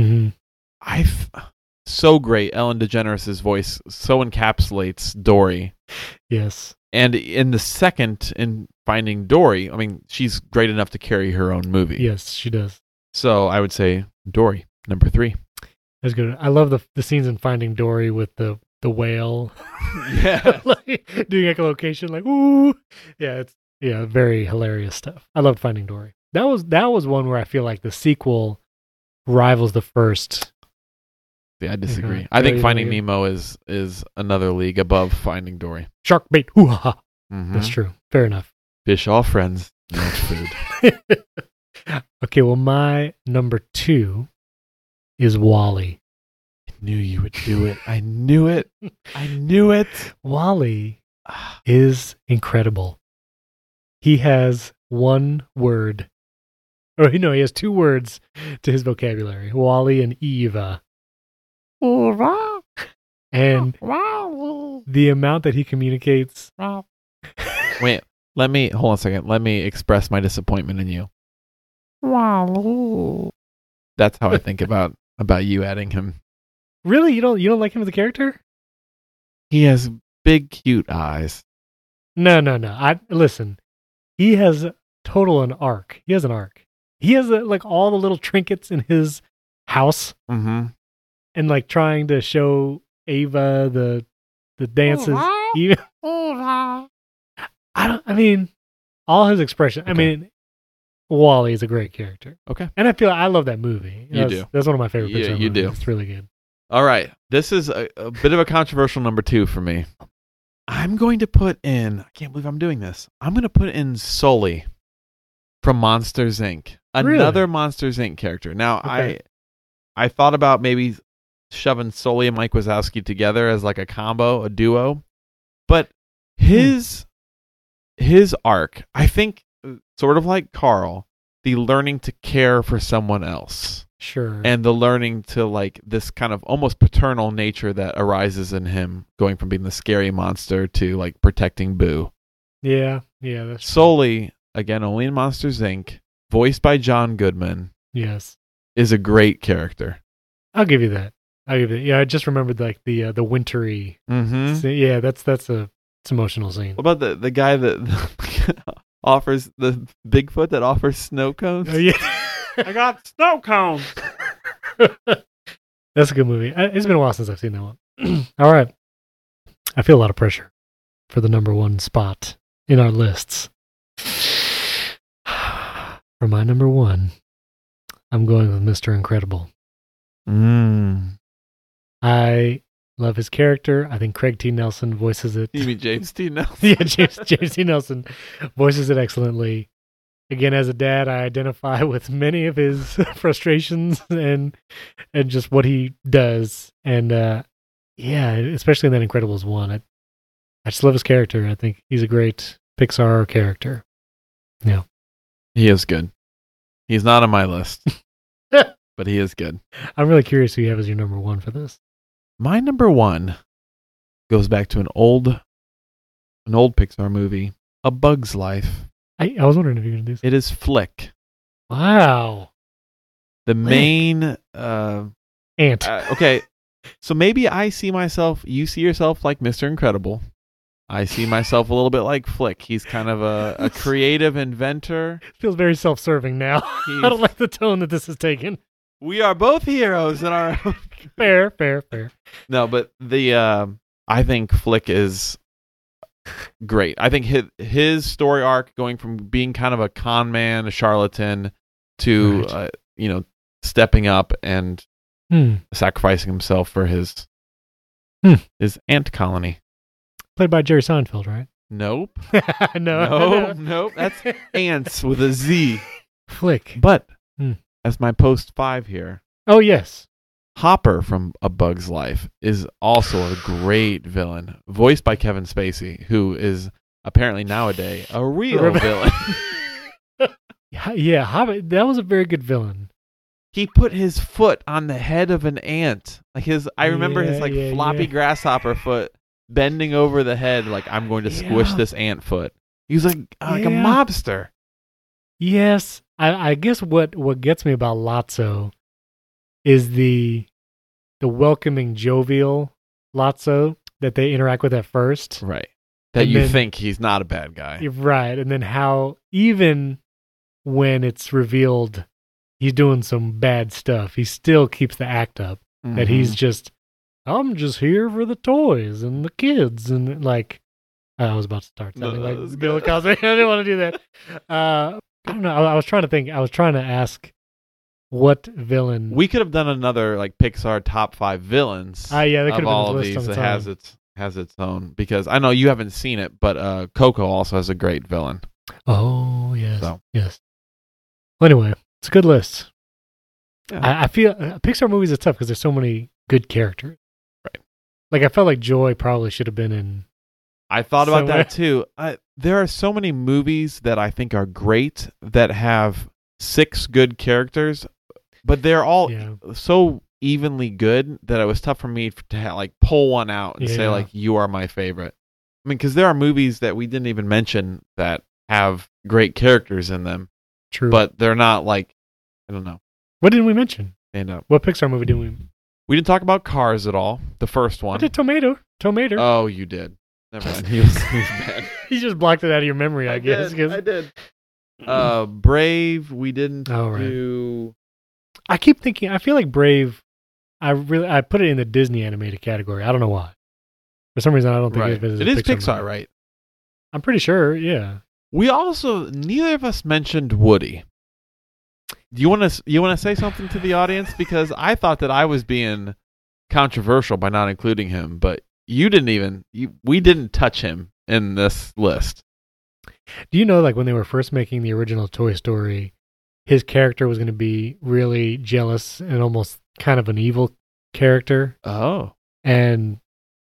Mm-hmm.
I f- so great. Ellen DeGeneres' voice so encapsulates Dory.
Yes,
And in the second in Finding Dory, I mean, she's great enough to carry her own movie.
yes, she does.
So I would say Dory, number three.
That's good. I love the the scenes in Finding Dory with the the whale
Yeah.
like, doing echolocation, like ooh, yeah, it's yeah, very hilarious stuff. I loved Finding Dory. That was that was one where I feel like the sequel rivals the first.
I disagree.
Mhm.
I think
Very
Finding
weird.
Nemo is is another league above Finding Dory.
Shark bait, hoo ha! ha.
Mm-hmm.
That's true. Fair enough.
Fish all friends, not food.
okay, well, my number two is Wally.
I knew you would do it. I knew it. I knew it.
Wally is incredible. He has one word, or no, he has two words to his vocabulary: Wally and Eva. And the amount that he communicates.
Wait, let me hold on a second. Let me express my disappointment in you. That's how I think about about you adding him.
Really, you don't you don't like him as a character?
He has big, cute eyes.
No, no, no. I listen. He has total an arc. He has an arc. He has uh like all the little trinkets in his house
Mm-hmm.
and like trying to show Ava the the dances.
Ava?
Even- I don't. I mean, all his expression. I
Okay.
mean, Wally is a great character.
Okay.
and I feel I love that movie.
You
that's,
do.
That's one of my favorite.
Yeah,
Pixar
you do.
movies. It's really good.
All right. This is a, a bit of a controversial number two for me. I'm going to put in, I can't believe I'm doing this. I'm going to put in Sully from Monsters Inc.
Really?
Another Monsters Inc. character. Now,
Okay.
I I thought about maybe shoving Sully and Mike Wazowski together as like a combo, a duo. But his his arc, I think uh, sort of like Carl, the learning to care for someone else
Sure.
and the learning to like this kind of almost paternal nature that arises in him going from being the scary monster to like protecting boo
yeah, yeah. That's
solely again only in monsters inc voiced by john goodman
yes.
is a great character
I'll give you that. I'll give you that. Yeah, I just remembered like the uh, the wintry.
mm-hmm
scene. Yeah, that's that's a it's an emotional scene.
what about the, the guy that offers the bigfoot that offers snow cones
Oh, yeah,
i got snow cones
that's a good movie. I, it's been a while since I've seen that one. All right, I feel a lot of pressure for the number one spot in our lists. For my number one, I'm going with Mr. Incredible.
mm.
I love his character. I think Craig T. Nelson voices it.
you mean james t now
yeah, James James T. Nelson voices it excellently. Again, as a dad, I identify with many of his frustrations and and just what he does. And uh, yeah, especially in that Incredibles one, I, I just love his character. I think he's a great Pixar character.
he is good he's not on my list but he is good
I'm really curious who you have as your number one for this.
my number one goes back to an old an old pixar movie a bug's life
I, I was wondering if you were gonna do this.
it is flick
Wow,
the main uh,
Ant.
uh okay so maybe i see myself you see yourself like mr incredible i see myself a little bit like flick he's kind of a, a creative inventor
feels very self-serving now. I don't
He's-
like the tone that this is taken.
we are both heroes in our own
Fair, fair, fair.
No, but the uh, I think Flick is great. I think his his story arc going from being kind of a con man, a charlatan, to
Right.
uh, you know stepping up and
Hmm.
sacrificing himself for his
Hmm.
his ant colony.
Played by Jerry Seinfeld, right?
Nope, no,
no,
nope. That's ants with a Z.
Flick.
But
Hmm.
as my post five here,
Oh yes,
Hopper from A Bug's Life is also a great villain, voiced by Kevin Spacey, who is apparently nowadays a real
Remember-
villain.
Yeah, yeah. Hobbit. That was a very good villain.
He put his foot on the head of an ant. Like his I remember his
Yeah,
like
yeah,
floppy
yeah.
grasshopper foot bending over the head like I'm going to squish
Yeah.
this ant foot. He was like like a
Yeah.
mobster.
Yes, I, I guess what what gets me about Lotso is the the welcoming, jovial Lotso that they interact with at first.
Right. That
And
you
then-
think he's not a bad guy.
You're Right. And then how even when it's revealed he's doing some bad stuff, he still keeps the act up.
Mm-hmm.
That he's just I'm just here for the toys and the kids and like I was about to start
No,
something
no,
like
that's
Bill
good.
Cosby. I didn't want to do that. Uh, I don't know. I, I was trying to think. I was trying to ask what villain.
we could have done another like Pixar top five villains.
Ah, yeah, that
of
could have been
all
the
of
list
these
on
that
its
has
own.
its has its own because I know you haven't seen it, but uh, Coco also has a great villain.
Oh yes,
So.
yes. Well, anyway, it's a good list.
Yeah.
I, I feel uh, Pixar movies is tough because there's so many good characters.
Right.
Like I felt like Joy probably should have been in.
I thought about
So, uh,
that too. I, there are so many movies that I think are great that have six good characters, but they're all
Yeah.
so evenly good that it was tough for me to ha- like pull one out and say
Yeah.
like you are my favorite. I mean, because there are movies that we didn't even mention that have great characters in them,
True.
but they're not like I don't know.
what didn't we mention?
And uh,
What Pixar movie didn't we?
we didn't talk about cars at all. The first
I
one.
did Tomato. Tomato.
Oh, you did. Never mind. He was, he was bad.
you just blocked it out of your memory, I, guess. 'cause-
did. Uh, Brave, we didn't
Oh, right.
do.
I keep thinking. I feel like Brave. I really I put it in the Disney animated category. I don't know why. For some reason, I don't think
Right.
it is.
It is
Pixar,
Pixar,
movie.
right?
I'm pretty sure. Yeah.
We also neither of us mentioned Woody. Do you want to you want to say something to the audience because I thought that I was being controversial by not including him, but you didn't even you, we didn't touch him in this list.
Do you know, like when they were first making the original Toy Story, his character was going to be really jealous and almost kind of an evil character.
Oh,
And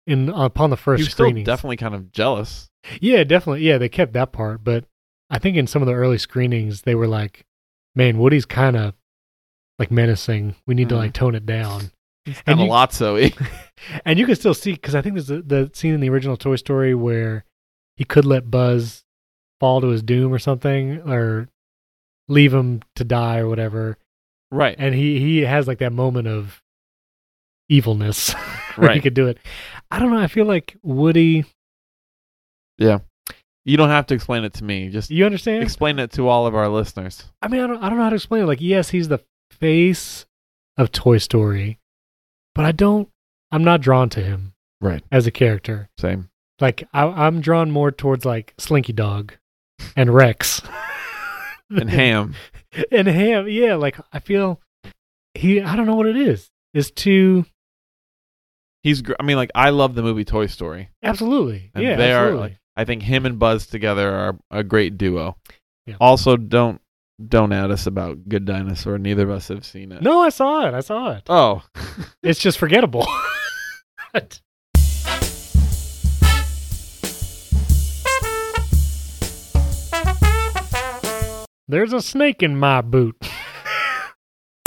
in upon the
he
first
was still
screening,
definitely kind of jealous.
yeah, definitely, yeah, they kept that part. But I think in some of the early screenings, they were like, "Man, Woody's kind of like menacing. We need to
Mhm.
like tone it down."
And a
you-
lot so.
and you can still see because I think there's the, the scene in the original Toy Story where he could let Buzz fall to his doom or something, or leave him to die or whatever.
right.
And he he has like that moment of evilness where he
Right.
could do it. I don't know. I feel like Woody.
You don't have to explain it to me. Just
You understand?
explain it to all of our listeners.
I mean, I don't I don't know how to explain it. Like, yes, he's the face of Toy Story, but I don't. I'm not drawn to him
Right.
as a character.
Same.
like I, I'm drawn more towards like Slinky Dog and Rex
And Ham.
and Ham. Yeah, like I feel he. I don't know what it is. It's too
He's. Gr- I mean, like I love the movie Toy Story.
absolutely.
And
yeah,
they
absolutely.
are like I think him and Buzz together are a great duo.
Yeah.
Also don't don't at us about Good Dinosaur. Neither of us have seen it.
no, I saw it. I saw it.
Oh.
It's just forgettable. There's a snake in my boot.